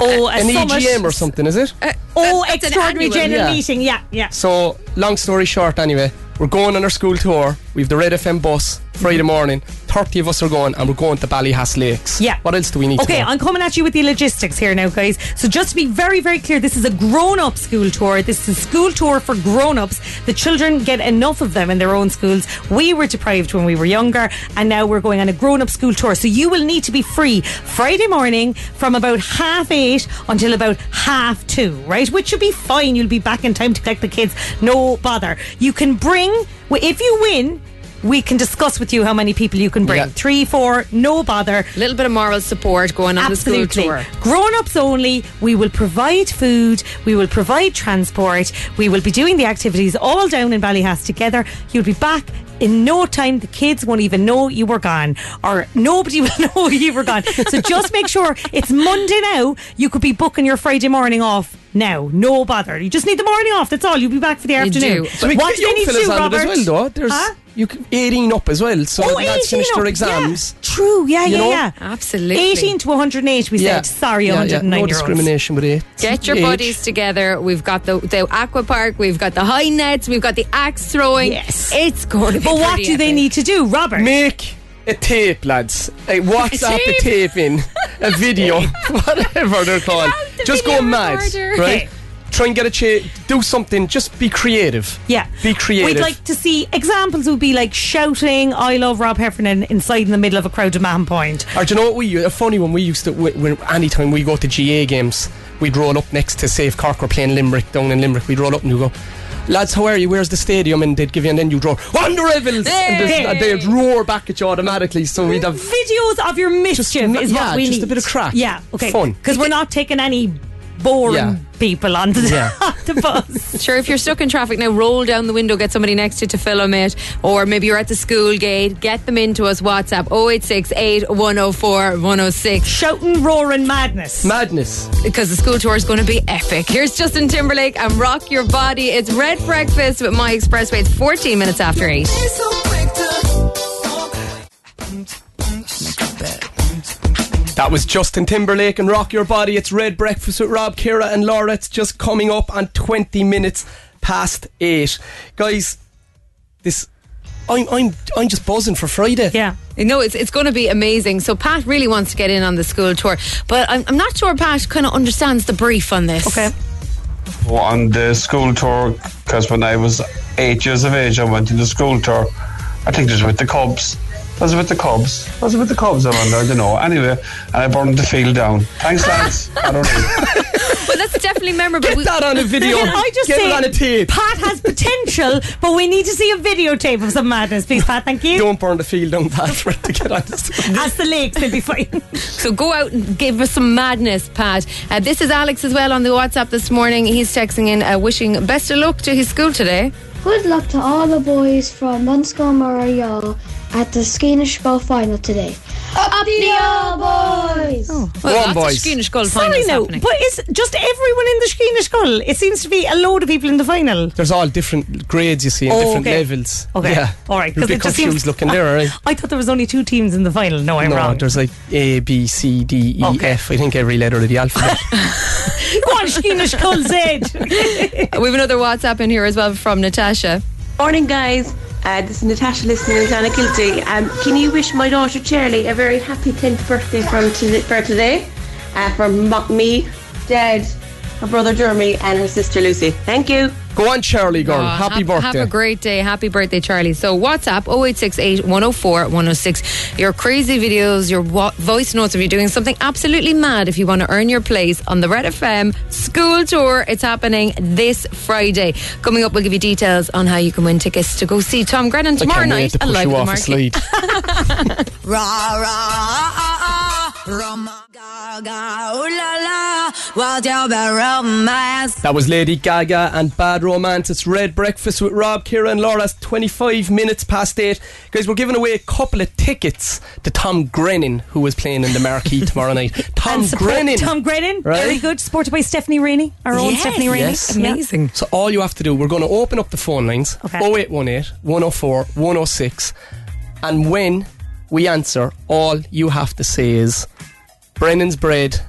Speaker 4: Oh, a
Speaker 2: an
Speaker 4: summit.
Speaker 2: EGM or something, is it?
Speaker 4: Oh,
Speaker 3: an
Speaker 4: extraordinary
Speaker 3: annual.
Speaker 4: general
Speaker 2: Yeah.
Speaker 4: meeting. Yeah, yeah.
Speaker 2: So, long story short, anyway, we're going on our school tour. We've the Red FM bus Friday morning. Thirty of us are going, and we're going to Ballyhass Lakes. Yeah. What else do we need?
Speaker 4: Okay,
Speaker 2: to know?
Speaker 4: I'm coming at you with the logistics here now, guys. So just to be very, very clear, this is a grown-up school tour. This is a school tour for grown-ups. The children get enough of them in their own schools. We were deprived when we were younger, and now we're going on a grown-up school tour. So you will need to be free Friday morning from about half eight until about half two, right? Which should be fine. You'll be back in time to collect the kids. No bother. You can bring if you win. We can discuss with you how many people you can bring. Three, four, no bother. A
Speaker 3: little bit of moral support going on the school
Speaker 4: Absolutely.
Speaker 3: tour.
Speaker 4: Grown ups only. We will provide food. We will provide transport. We will be doing the activities all down in Ballyhass together. You'll be back in no time. The kids won't even know you were gone, or nobody will know you were gone. So just make sure it's Monday now. You could be booking your Friday morning off. Now, no bother. You just need the morning off. That's all. You'll be back for the afternoon.
Speaker 2: So we can get
Speaker 4: what do they
Speaker 2: young
Speaker 4: need to
Speaker 2: fellas
Speaker 4: do,
Speaker 2: on
Speaker 4: Robert?
Speaker 2: it as well, though. There's
Speaker 4: Huh?
Speaker 2: you can, 18 up as well. So
Speaker 4: Oh,
Speaker 2: the lads
Speaker 4: 18
Speaker 2: finish their
Speaker 4: up, yeah.
Speaker 2: exams.
Speaker 4: True. Yeah,
Speaker 2: You
Speaker 4: yeah,
Speaker 2: know?
Speaker 4: yeah.
Speaker 3: Absolutely.
Speaker 4: 18 to 108, we
Speaker 2: Yeah.
Speaker 4: said. Sorry,
Speaker 2: Yeah, yeah.
Speaker 4: 109
Speaker 2: No
Speaker 4: year olds.
Speaker 2: discrimination with it.
Speaker 3: Get your
Speaker 2: Age.
Speaker 3: buddies together. We've got the, the aqua park. We've got the high nets. We've got the axe throwing. Yes, it's going to be.
Speaker 4: But what
Speaker 3: pretty
Speaker 4: do they
Speaker 3: epic.
Speaker 4: need to do, Robert?
Speaker 2: Make a tape, lads. A WhatsApp a
Speaker 4: tape?
Speaker 2: tape in a video, whatever they're called. Just go mad,
Speaker 4: recorder.
Speaker 2: right? Try and get a cha- do something. Just be creative.
Speaker 4: Yeah.
Speaker 2: Be creative.
Speaker 4: We'd like to see examples would be like shouting, I love Rob Heffernan inside in the middle of a crowd at Man Point.
Speaker 2: Or do you know what we u- a funny one we used to wh- when anytime we go to GA games, we'd roll up next to say if Cork were playing Limerick down in Limerick, we'd roll up and you go, Lads, how are you? Where's the stadium? And they'd give you, and then you'd roar, Wonder Evils! And
Speaker 4: Hey!
Speaker 2: there's- And they'd roar back at you automatically. So we'd have.
Speaker 4: Videos of your mischief
Speaker 2: n-
Speaker 4: is
Speaker 2: yeah,
Speaker 4: what we
Speaker 2: just a
Speaker 4: need.
Speaker 2: bit of crack.
Speaker 4: Yeah, okay.
Speaker 2: Fun.
Speaker 4: Because we're not taking any boring
Speaker 2: Yeah.
Speaker 4: people on the,
Speaker 2: Yeah.
Speaker 4: the bus.
Speaker 3: Sure, if you're stuck in traffic now, roll down the window, get somebody next to you to fill them it, or maybe you're at the school gate, get them into us. WhatsApp 0868 104 106.
Speaker 4: Shouting, roaring madness.
Speaker 2: Madness.
Speaker 3: Because the school tour is going to be epic. Here's Justin Timberlake and Rock Your Body. It's Red Breakfast with My Expressway. It's 14 minutes after 8.
Speaker 2: That was Justin Timberlake and Rock Your Body. It's Red Breakfast with Rob, Kira, and Laura. It's just coming up on 20 minutes past eight. Guys, this. I'm, I'm, I'm just buzzing for Friday.
Speaker 4: Yeah.
Speaker 3: No, it's, it's going to be amazing. So, Pat really wants to get in on the school tour, but I'm, I'm not sure Pat kind of understands the brief on this. Okay.
Speaker 13: on the school tour because when I was eight years of age, I went to the school tour. I think it was with the Cubs. Was it with the Cubs? Was it with the Cubs? I wonder. I don't know. Anyway, and I burned the field down. Thanks, lads. I don't know.
Speaker 3: Well, that's definitely memorable. Get
Speaker 2: that on a video.
Speaker 4: Can I just
Speaker 2: Get it
Speaker 4: say,
Speaker 2: on a tape.
Speaker 4: Pat has potential, but we need to see a videotape of some madness, please, Pat. Thank you.
Speaker 2: Don't burn the field on that right to get on the
Speaker 4: As the lakes, they'll be fine.
Speaker 3: So go out and give us some madness, Pat. Uh, this is Alex as well on the WhatsApp this morning. He's texting in, uh, wishing best of luck to his school today.
Speaker 14: Good luck to all the boys from Dunscombe Royal at the Skeenish Bowl final today. Up, the old boys!
Speaker 3: Well, lots of Skeenish Gold
Speaker 4: Sorry,
Speaker 3: finals
Speaker 4: no,
Speaker 3: happening.
Speaker 4: but is just everyone in the Skeenish Goal? It seems to be a load of people in the final.
Speaker 2: There's all different grades you see and
Speaker 4: Oh,
Speaker 2: different
Speaker 4: okay.
Speaker 2: levels.
Speaker 4: Okay.
Speaker 2: Yeah.
Speaker 4: All right,
Speaker 2: You'll
Speaker 4: 'cause
Speaker 2: be
Speaker 4: it just
Speaker 2: confused
Speaker 4: seems-
Speaker 2: looking there, all right?
Speaker 4: I thought there was only two teams in the final. No, I'm
Speaker 2: no,
Speaker 4: wrong.
Speaker 2: there's like A, B, C, D, E, F. I think every letter of the alphabet.
Speaker 4: Go on, Skeenish Goal Z.
Speaker 3: we have another WhatsApp in here as well from Natasha.
Speaker 15: Morning, guys. Uh, this is Natasha listening in Donna Guilty. Um, can you wish my daughter Shirley a very happy 10th birthday from to- for today? Uh, from mo- me, Dad, her brother Jeremy, and her sister Lucy. Thank you.
Speaker 2: Go on, Charlie girl.
Speaker 3: Oh,
Speaker 2: Happy
Speaker 3: have,
Speaker 2: birthday.
Speaker 3: Have a great day. Happy birthday, Charlie. So oh WhatsApp 0868 104 106. Your crazy videos, your wa- voice notes of you doing something absolutely mad if you want to earn your place on the Red FM school tour. It's happening this Friday. Coming up, we'll give you details on how you can win tickets to go see Tom Grennan
Speaker 2: I
Speaker 3: tomorrow
Speaker 2: can't wait
Speaker 3: night
Speaker 2: to
Speaker 3: at
Speaker 2: push
Speaker 3: Live
Speaker 2: you
Speaker 3: at the
Speaker 2: off a
Speaker 3: Market.
Speaker 2: slide.
Speaker 16: Ra ra ah ah rum ga ga ooh la la. What's your best romance?
Speaker 2: That was Lady Gaga and Bad Romance. It's Red Breakfast with Rob, Kira, and Laura. It's 25 minutes past eight. Guys, we're giving away a couple of tickets to Tom Grennan, who is playing in the marquee tomorrow night. Tom
Speaker 4: And support
Speaker 2: Grennan.
Speaker 4: Tom Grennan.
Speaker 2: Right?
Speaker 4: Very good. Supported by Stephanie Rainey, our own
Speaker 2: Yes.
Speaker 4: Stephanie Rainey.
Speaker 2: Yes.
Speaker 4: Yeah.
Speaker 2: So all you have to do, we're going to oh open up the phone lines
Speaker 4: Okay.
Speaker 2: 0818 104 106 and when we answer, all you have to say is Brennan's bread,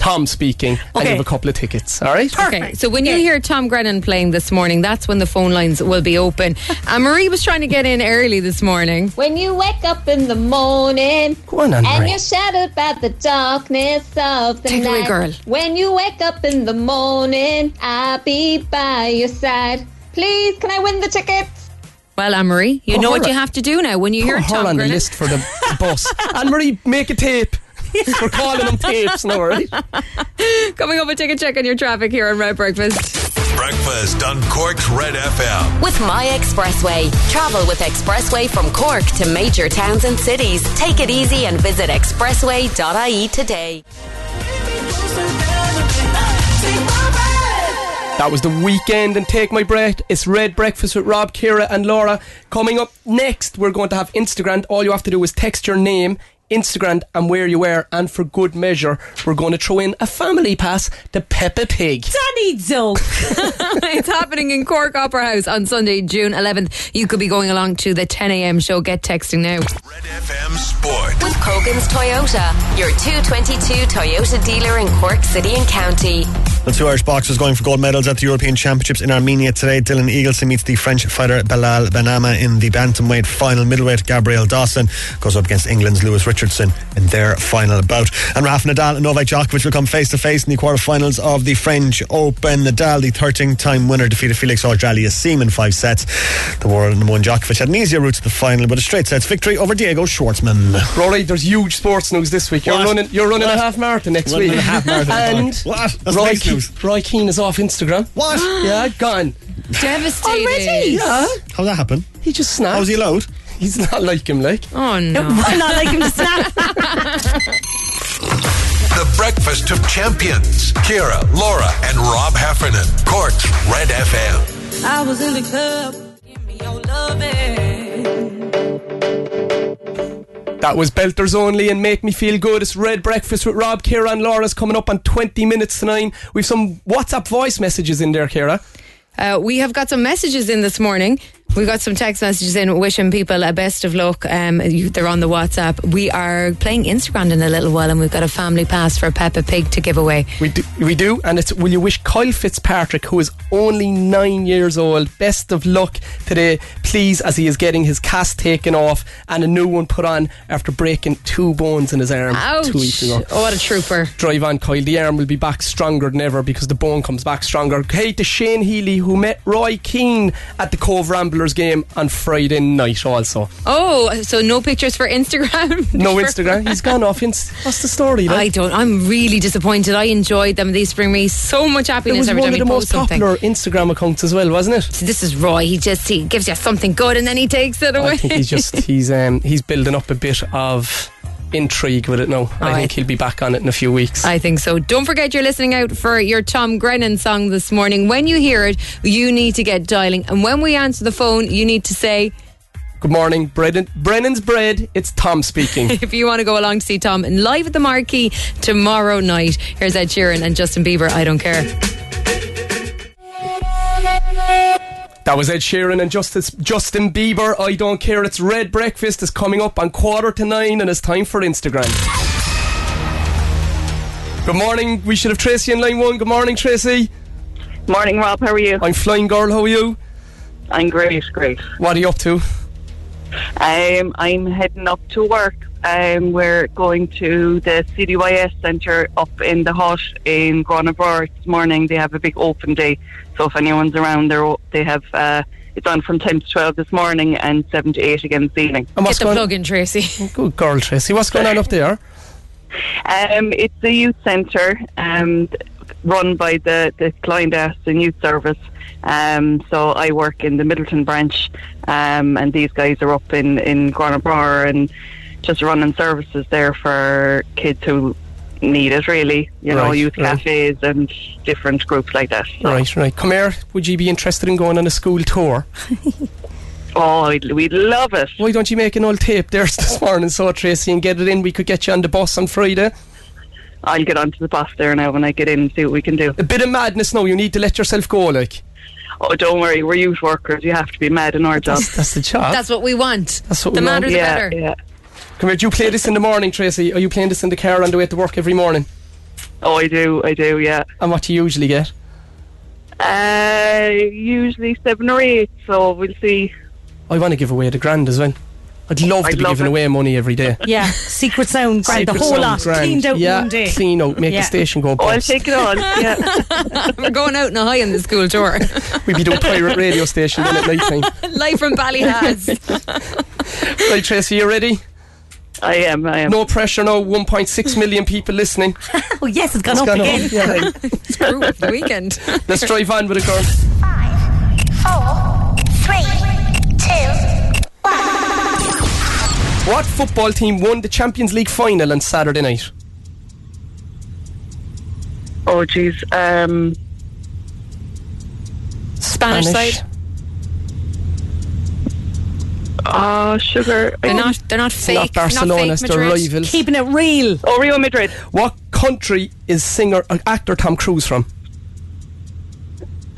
Speaker 2: Tom speaking, and you have a couple of tickets. All right?
Speaker 3: Okay, so when you hear Tom Grennan playing this morning, that's when the phone lines will be open. And Marie was trying to get in early this morning.
Speaker 17: When you wake up in the morning
Speaker 3: on, Anne
Speaker 17: and
Speaker 3: Marie.
Speaker 17: you're shadowed by the darkness of the
Speaker 3: Take it away,
Speaker 17: night.
Speaker 3: girl.
Speaker 17: When you wake up in the morning, I'll be by your side. Please, can I win the tickets?
Speaker 3: Well, Anne Marie, you
Speaker 2: Put
Speaker 3: know
Speaker 2: her
Speaker 3: what you
Speaker 2: Oh, on-
Speaker 3: have to do now when you
Speaker 2: Put
Speaker 3: hear
Speaker 2: her
Speaker 3: Tom
Speaker 2: Oh, on the
Speaker 3: Grennan.
Speaker 2: list for the bus. Anne Marie, make a tape. We're calling them tapes now, all right?
Speaker 3: Coming up, a ticket check on your traffic here on Red Breakfast.
Speaker 5: Breakfast on Cork's Red FM.
Speaker 1: With My Expressway, travel with Expressway from Cork to major towns and cities. Take it easy and visit expressway.ie E today.
Speaker 2: That was the weekend and take my breath. It's Red Breakfast with Rob, Kira, and Laura. Coming up next, we're going to have Instagram. All you have to do is text your name, Instagram, and where you were. And for good measure, we're going to throw in a family pass to Peppa Pig.
Speaker 4: Danny Doug.
Speaker 3: it's happening in Cork Opera House on Sunday, June 11th. You could be going along to the 10 a.m. show. Get texting now.
Speaker 5: FM Sport.
Speaker 1: With Kogan's Toyota, your 222 Toyota dealer in Cork City and County.
Speaker 8: The two Irish boxers going for gold medals at the European Championships in Armenia today. Dylan Eagleson meets the French fighter Belal Benama in the bantamweight final. Middleweight Gabriel Dawson goes up against England's Lewis Richardson in their final bout. And Rafa Nadal and Novak Djokovic will come face to face in the quarterfinals of the French Open. Nadal, the 13th time winner, defeated Felix Auger-Aliassime in five sets. The world number one Djokovic had an easier route to the final, but a straight sets victory over Diego Schwartzman.
Speaker 2: Rory, there's huge sports news this week. You're
Speaker 8: What?
Speaker 2: running, you're running
Speaker 8: What?
Speaker 2: a half marathon next
Speaker 8: Running
Speaker 2: week.
Speaker 8: a half marathon,
Speaker 2: and
Speaker 8: What? That's
Speaker 2: Roy,
Speaker 8: nice
Speaker 2: Ke-
Speaker 8: news.
Speaker 2: Roy Keane is off Instagram.
Speaker 8: What?
Speaker 2: yeah, gone.
Speaker 3: Devastated.
Speaker 2: Already? Yeah.
Speaker 8: How'd that happen?
Speaker 2: He just snapped. How's
Speaker 8: he loud?
Speaker 2: He's not like him, like.
Speaker 3: Oh no.
Speaker 4: not like him to snap.
Speaker 5: The Breakfast of Champions. Kira, Laura, and Rob Heffernan. Cork's Red FM.
Speaker 16: I was in the club. Give me your loving.
Speaker 2: That was Belters Only and Make Me Feel Good. It's Red Breakfast with Rob, Kira, and Laura's coming up on 20 minutes to nine. We've some WhatsApp voice messages in there, Kira.
Speaker 3: Uh, we have got some messages in this morning. We got some text messages in wishing people a best of luck. Um, you- they're on the WhatsApp. We are playing Instagram in a little while, and we've got a family pass for Peppa Pig to give away.
Speaker 2: We do, we do, and it's will you wish Kyle Fitzpatrick, who is only nine years old, best of luck today, please, as he is getting his cast taken off and a new one put on after breaking two bones in his arm two weeks ago.
Speaker 3: Oh, what a trooper!
Speaker 2: Drive on, Kyle. The arm will be back stronger than ever because the bone comes back stronger. Hey to Shane Healy, who met Roy Keane at the Cove Ramblers game on Friday night, also.
Speaker 3: Oh, so no pictures for Instagram?
Speaker 2: No Instagram. He's gone off. Inst- What's the story? Like?
Speaker 3: I don't. I'm really disappointed. I enjoyed them. These bring me so much
Speaker 2: It
Speaker 3: happiness
Speaker 2: was
Speaker 3: every
Speaker 2: one
Speaker 3: time
Speaker 2: of
Speaker 3: we
Speaker 2: the
Speaker 3: post
Speaker 2: most
Speaker 3: something.
Speaker 2: popular Instagram accounts as well, wasn't it?
Speaker 3: So this is Roy. He just he gives you something good, and then he takes it away.
Speaker 2: I think he's just he's um, he's building up a bit of intrigue with it now. I
Speaker 3: right.
Speaker 2: think he'll be back on it in a few weeks.
Speaker 3: I think so. Don't forget you're listening out for your Tom Grennan song this morning. When you hear it, you need to get dialing. And when we answer the phone, you need to say,
Speaker 2: Good morning, Brennan. Brennan's bread. It's Tom speaking.
Speaker 3: if you want to go along to see Tom in live at the Marquee tomorrow night, here's Ed Sheeran and Justin Bieber. I don't care.
Speaker 2: that was Ed Sheeran and Justice Justin Bieber. I don't care. It's Red Breakfast is coming up on quarter to nine, and it's time for Instagram. Good morning. We should have Tracy in line one. Good morning, Tracy.
Speaker 18: Morning, Rob. How are you?
Speaker 2: I'm flying, girl. How are you?
Speaker 18: I'm great, great.
Speaker 2: What are you up to?
Speaker 18: Um, I'm heading up to work. Um, we're going to the CDYS Centre up in the hut in Gronabrower this morning. They have a big open day, so if anyone's around, they're, o- they have uh, it's on from ten to twelve this morning and seven to eight again this evening.
Speaker 2: And what's going-
Speaker 3: in, Tracy.
Speaker 2: Good girl, Tracy. What's going on up there?
Speaker 18: Um, it's a youth centre um, th- run by the, the Client and Youth Service. Um, so I work in the Middleton branch, um, and these guys are up in in Gronabrower and just running services there for kids who need it. Really, you know,
Speaker 2: Right,
Speaker 18: youth
Speaker 2: right.
Speaker 18: cafes and different groups like that.
Speaker 2: Right, right. Come here. Would you be interested in going on a school tour?
Speaker 18: oh, we'd, we'd love it.
Speaker 2: Why don't you make an old tape there this morning, so Tracy, and get it in? We could get you on the bus on Friday.
Speaker 18: I'll get onto the bus there now when I get in and see what we can do.
Speaker 2: A bit of madness now. You need to let yourself go, like.
Speaker 18: Oh, don't worry, we're youth workers. You have to be mad in our job.
Speaker 2: That's the job.
Speaker 3: That's what we want.
Speaker 2: That's what
Speaker 3: the
Speaker 2: we want.
Speaker 3: madder the
Speaker 18: yeah,
Speaker 3: better.
Speaker 18: yeah.
Speaker 2: Come here, do you play this in the morning, Tracy? Are you playing this in the car on the way to work every morning?
Speaker 18: Oh, I do, I do, yeah.
Speaker 2: And what do you usually get?
Speaker 18: Uh, usually seven or eight, so we'll see.
Speaker 2: I want to give away the grand as well. I'd love to
Speaker 18: I'd
Speaker 2: be
Speaker 18: love
Speaker 2: giving
Speaker 18: it.
Speaker 2: away money every day.
Speaker 4: Yeah, secret sound, grand, the
Speaker 2: Secret
Speaker 4: whole
Speaker 2: sound
Speaker 4: lot,
Speaker 2: grand.
Speaker 4: cleaned out
Speaker 2: yeah,
Speaker 4: one day.
Speaker 2: Clean out, make
Speaker 4: Yeah. Oh,
Speaker 2: the station go.
Speaker 4: I'll
Speaker 2: bust.
Speaker 4: take it all, yeah.
Speaker 3: We're going out in a high on the school tour.
Speaker 2: We'd be doing pirate radio station then at night time.
Speaker 3: Live from Ballyhaz.
Speaker 2: Right, Tracy, you ready?
Speaker 18: I am, I am.
Speaker 2: No pressure, no 1.6 million people listening.
Speaker 4: oh, yes, it's gone
Speaker 2: It's
Speaker 4: up
Speaker 2: gone
Speaker 4: again.
Speaker 2: up, yeah.
Speaker 3: it's group of the weekend.
Speaker 2: Let's drive on with it, girl.
Speaker 16: Four, three, two.
Speaker 2: What football team won the Champions League final on Saturday night?
Speaker 18: Oh, jeez. Um,
Speaker 3: Spanish, side.
Speaker 18: Oh, sugar.
Speaker 3: They're not. They're not
Speaker 2: It's
Speaker 3: fake.
Speaker 2: Not Barcelona,
Speaker 3: not
Speaker 2: it's
Speaker 3: fake
Speaker 2: their
Speaker 3: Madrid.
Speaker 2: rivals.
Speaker 4: Keeping it real.
Speaker 18: Oh, Rio Madrid.
Speaker 2: What country is singer uh, actor Tom Cruise from?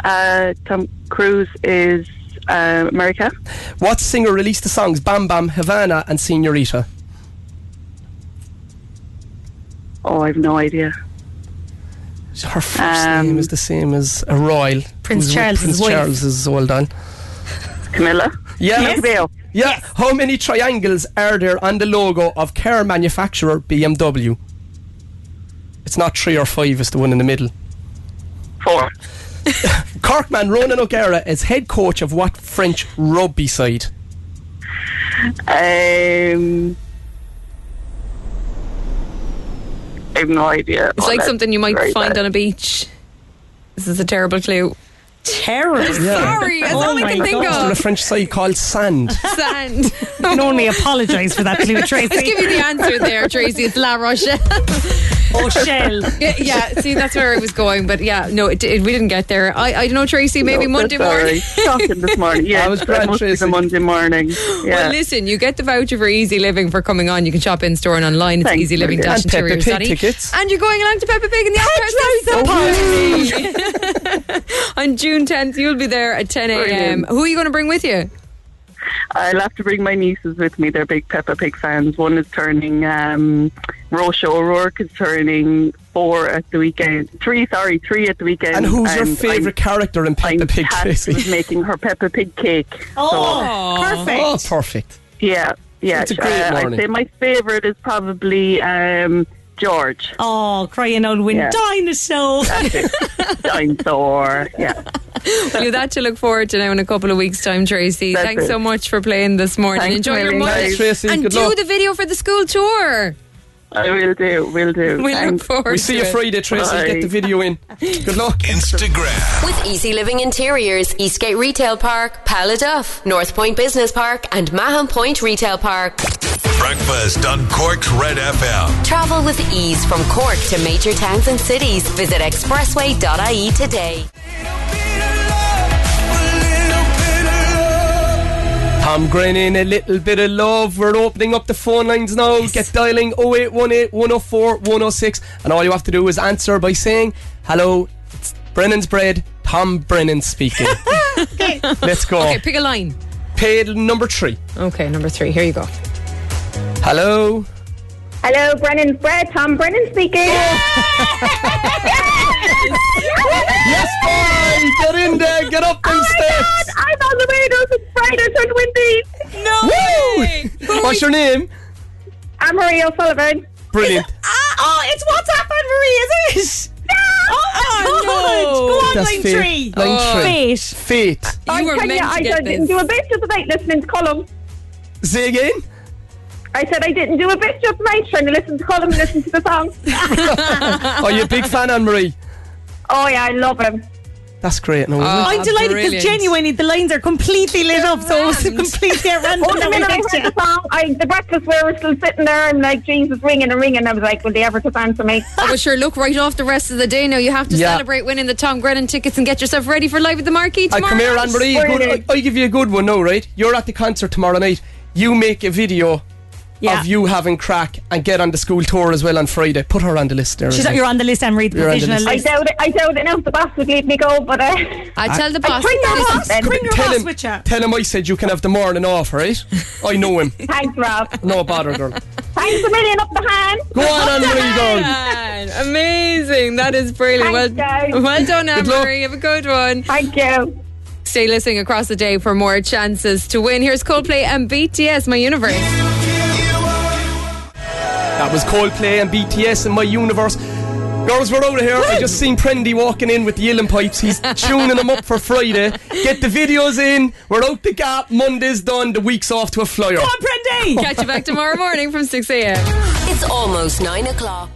Speaker 18: Uh, Tom Cruise is uh, America.
Speaker 2: What singer released the songs Bam Bam, Havana, and Senorita?
Speaker 18: Oh, I've no idea.
Speaker 2: Her first
Speaker 18: Um,
Speaker 2: name is the same as a royal.
Speaker 18: Prince
Speaker 2: who's-
Speaker 18: Charles's
Speaker 2: Prince
Speaker 18: wife.
Speaker 2: Charles is well done.
Speaker 18: Camilla.
Speaker 2: Yeah.
Speaker 18: Yes.
Speaker 2: Yeah. How many triangles are there on the logo of car manufacturer BMW? It's not three or five, it's the one in the middle.
Speaker 18: Four.
Speaker 2: Corkman Ronan O'Gara is head coach of what French rugby side?
Speaker 18: Um, I've no idea.
Speaker 3: It's like something you might find on a beach. This is a terrible clue. Oh
Speaker 4: Terrible.
Speaker 3: Sorry, that's all I can think
Speaker 2: Is there a
Speaker 3: of.
Speaker 2: French side called Sand?
Speaker 3: Sand.
Speaker 4: You can only apologise for that clue, Tracy.
Speaker 3: Let's give you the answer there, Tracy. It's La Rochelle.
Speaker 4: Oh, Shell.
Speaker 3: Yeah, yeah, see, that's where I was going. But yeah, no, it, it, we didn't get there. I, I don't know, Tracy, maybe Monday morning.
Speaker 18: Talking this morning. Yeah,
Speaker 2: I was
Speaker 18: it
Speaker 2: grand,
Speaker 18: must be the Monday morning. Yeah.
Speaker 3: Well, listen, you get the voucher for Easy Living for coming on. You can shop in store and online. It's
Speaker 18: Thanks,
Speaker 3: Easy Living
Speaker 18: Maria.
Speaker 3: Dash
Speaker 18: And Peppa
Speaker 3: Interiors.
Speaker 18: Pig
Speaker 3: Danny.
Speaker 18: tickets.
Speaker 3: And you're going along to Peppa Pig and the Opera House. On June 10th, you'll be there at 10 a.m.
Speaker 18: Brilliant.
Speaker 3: Who are you going to bring with you?
Speaker 18: I'll have to bring my nieces with me. They're big Peppa Pig fans. One is turning, um, Roche O'Rourke is turning four at the weekend. Three, sorry, three at the weekend.
Speaker 2: And who's your
Speaker 18: I'm-
Speaker 2: favourite character in Peppa Pig,
Speaker 18: Kat
Speaker 2: Tracy?
Speaker 18: was making her Peppa Pig cake.
Speaker 4: Oh, perfect.
Speaker 2: Oh, perfect.
Speaker 18: So, yeah, yeah.
Speaker 2: It's a great
Speaker 18: uh, I'd
Speaker 2: morning.
Speaker 18: say my favourite is probably um, George.
Speaker 4: Oh, crying old wind.
Speaker 18: Yeah.
Speaker 4: Dinosaur.
Speaker 18: Dinosaur. Yeah.
Speaker 3: Well, you've that to look forward to now in a couple of weeks' time, Tracy.
Speaker 18: That's
Speaker 3: Thanks
Speaker 18: it.
Speaker 3: so much for playing this morning.
Speaker 18: Thanks,
Speaker 3: Enjoy your
Speaker 18: Mary.
Speaker 3: morning.
Speaker 18: Thanks, Tracy.
Speaker 3: And
Speaker 18: Good
Speaker 3: do
Speaker 18: luck.
Speaker 3: the video for the school tour.
Speaker 18: I will do, will do.
Speaker 3: We look
Speaker 18: Thanks.
Speaker 3: forward
Speaker 2: We see you Friday, Tracy. Get the video in. Good luck.
Speaker 5: Instagram.
Speaker 1: With Easy Living Interiors, Eastgate Retail Park, Paladuff, North Point Business Park, and Mahon Point Retail Park.
Speaker 5: Breakfast on Cork's Red FM.
Speaker 1: Travel with ease from Cork to major towns and cities. Visit expressway.ie E today.
Speaker 2: Tom Grennan, a little bit of love. We're opening up the phone lines now. Get dialing 0818 104 106. And all you have to do is answer by saying, Hello, it's Brennan's Bread, Tom Brennan speaking.
Speaker 3: Okay.
Speaker 2: Let's go.
Speaker 3: Okay, pick a line.
Speaker 2: Paid number three.
Speaker 3: Okay, number three. Here you go.
Speaker 2: Hello.
Speaker 19: Hello, Brennan's Bread. Tom Brennan speaking.
Speaker 2: yes, boy! Get in there! Get up
Speaker 3: Oh
Speaker 2: them steps!
Speaker 19: I'm on the windows. It's bright. It's so windy.
Speaker 3: No
Speaker 2: Woo! What's your name?
Speaker 19: I'm Maria O'Sullivan.
Speaker 2: Brilliant.
Speaker 19: Ah, oh, it's WhatsApp on Marie, is it? No!
Speaker 4: Oh,
Speaker 19: Oh,
Speaker 4: Go on, Oh.
Speaker 2: fate.
Speaker 4: line three.
Speaker 2: Line three.
Speaker 4: Fate.
Speaker 2: Fate.
Speaker 19: I
Speaker 3: You were
Speaker 19: tell
Speaker 3: meant
Speaker 19: you,
Speaker 3: to
Speaker 19: I
Speaker 3: get
Speaker 19: didn't
Speaker 3: this.
Speaker 19: do a bit just tonight listening to Colum.
Speaker 2: Say again?
Speaker 19: I said I didn't do a bit just tonight trying to listen to Colum and listen to the song.
Speaker 2: Are you a big fan, Anne Marie?
Speaker 19: oh, yeah, I love him.
Speaker 2: That's great. No,
Speaker 3: Ah,
Speaker 2: isn't
Speaker 4: I'm
Speaker 2: it?
Speaker 4: delighted because
Speaker 3: brilliant.
Speaker 4: genuinely the lines are completely lit up, so it's completely at random.
Speaker 19: Oh, the
Speaker 4: that we
Speaker 19: minute I
Speaker 4: picked you.
Speaker 19: heard the song, I, the breakfast where we're still sitting there, I'm like, Jesus, ringing and ringing. I was like, will they ever just answer me?
Speaker 3: Oh, but sure, look right off the rest of the day now. You have to
Speaker 2: Yeah.
Speaker 3: celebrate winning the Tom Grennan tickets and get yourself ready for Live at the Marquee
Speaker 2: I
Speaker 3: tomorrow.
Speaker 2: come here,
Speaker 3: night.
Speaker 2: Anne Marie. I, I give you a good one now, right? You're at the concert tomorrow night. You make a video
Speaker 4: Yeah.
Speaker 2: of you having crack and get on the school tour as well on Friday. Put her on the list there.
Speaker 4: She's
Speaker 2: as
Speaker 4: like,
Speaker 2: well.
Speaker 4: you're on the list, Anne Marie, the
Speaker 2: You're on the
Speaker 4: provisional
Speaker 2: list.
Speaker 19: I
Speaker 4: list.
Speaker 19: doubt it. I doubt it. Now the boss would leave me go, but uh,
Speaker 3: I tell the boss.
Speaker 19: bring your
Speaker 3: this is-
Speaker 19: boss. then.
Speaker 4: Bring your
Speaker 2: Tell
Speaker 4: boss
Speaker 2: him,
Speaker 4: with you.
Speaker 2: tell him I said you can have the morning off, right? I know him.
Speaker 19: Thanks, Rob.
Speaker 2: No bother, girl.
Speaker 19: Thanks a million up the hand.
Speaker 2: Go on,
Speaker 3: Up
Speaker 2: Anne
Speaker 3: the
Speaker 2: Marie, go on.
Speaker 3: hand. Amazing. That is brilliant. well, well done, Anne Marie. Have a good one.
Speaker 19: Thank you.
Speaker 3: Stay listening across the day for more chances to win. Here's Coldplay and BTS, My Universe.
Speaker 2: That was Coldplay and BTS and My Universe. Girls, we're out of here. I just seen Prendy walking in with the Yillen pipes. He's tuning them up for Friday. Get the videos in. We're out the gap. Monday's done. The week's off to a flyer. Oh.
Speaker 3: Catch you back tomorrow morning from 6 a.m.
Speaker 1: It's almost 9 o'clock.